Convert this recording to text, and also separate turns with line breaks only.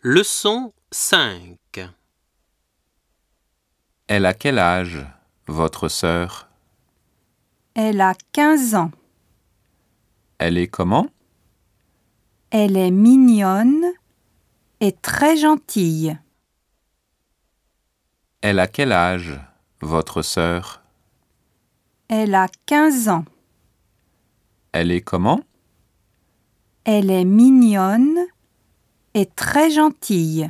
Leçon 5
Elle a quel âge, votre sœur
Elle a 15 ans.
Elle est comment
Elle est mignonne et très gentille.
Elle a quel âge, votre sœur
Elle a 15 ans.
Elle est comment
Elle est mignonne et très gentille.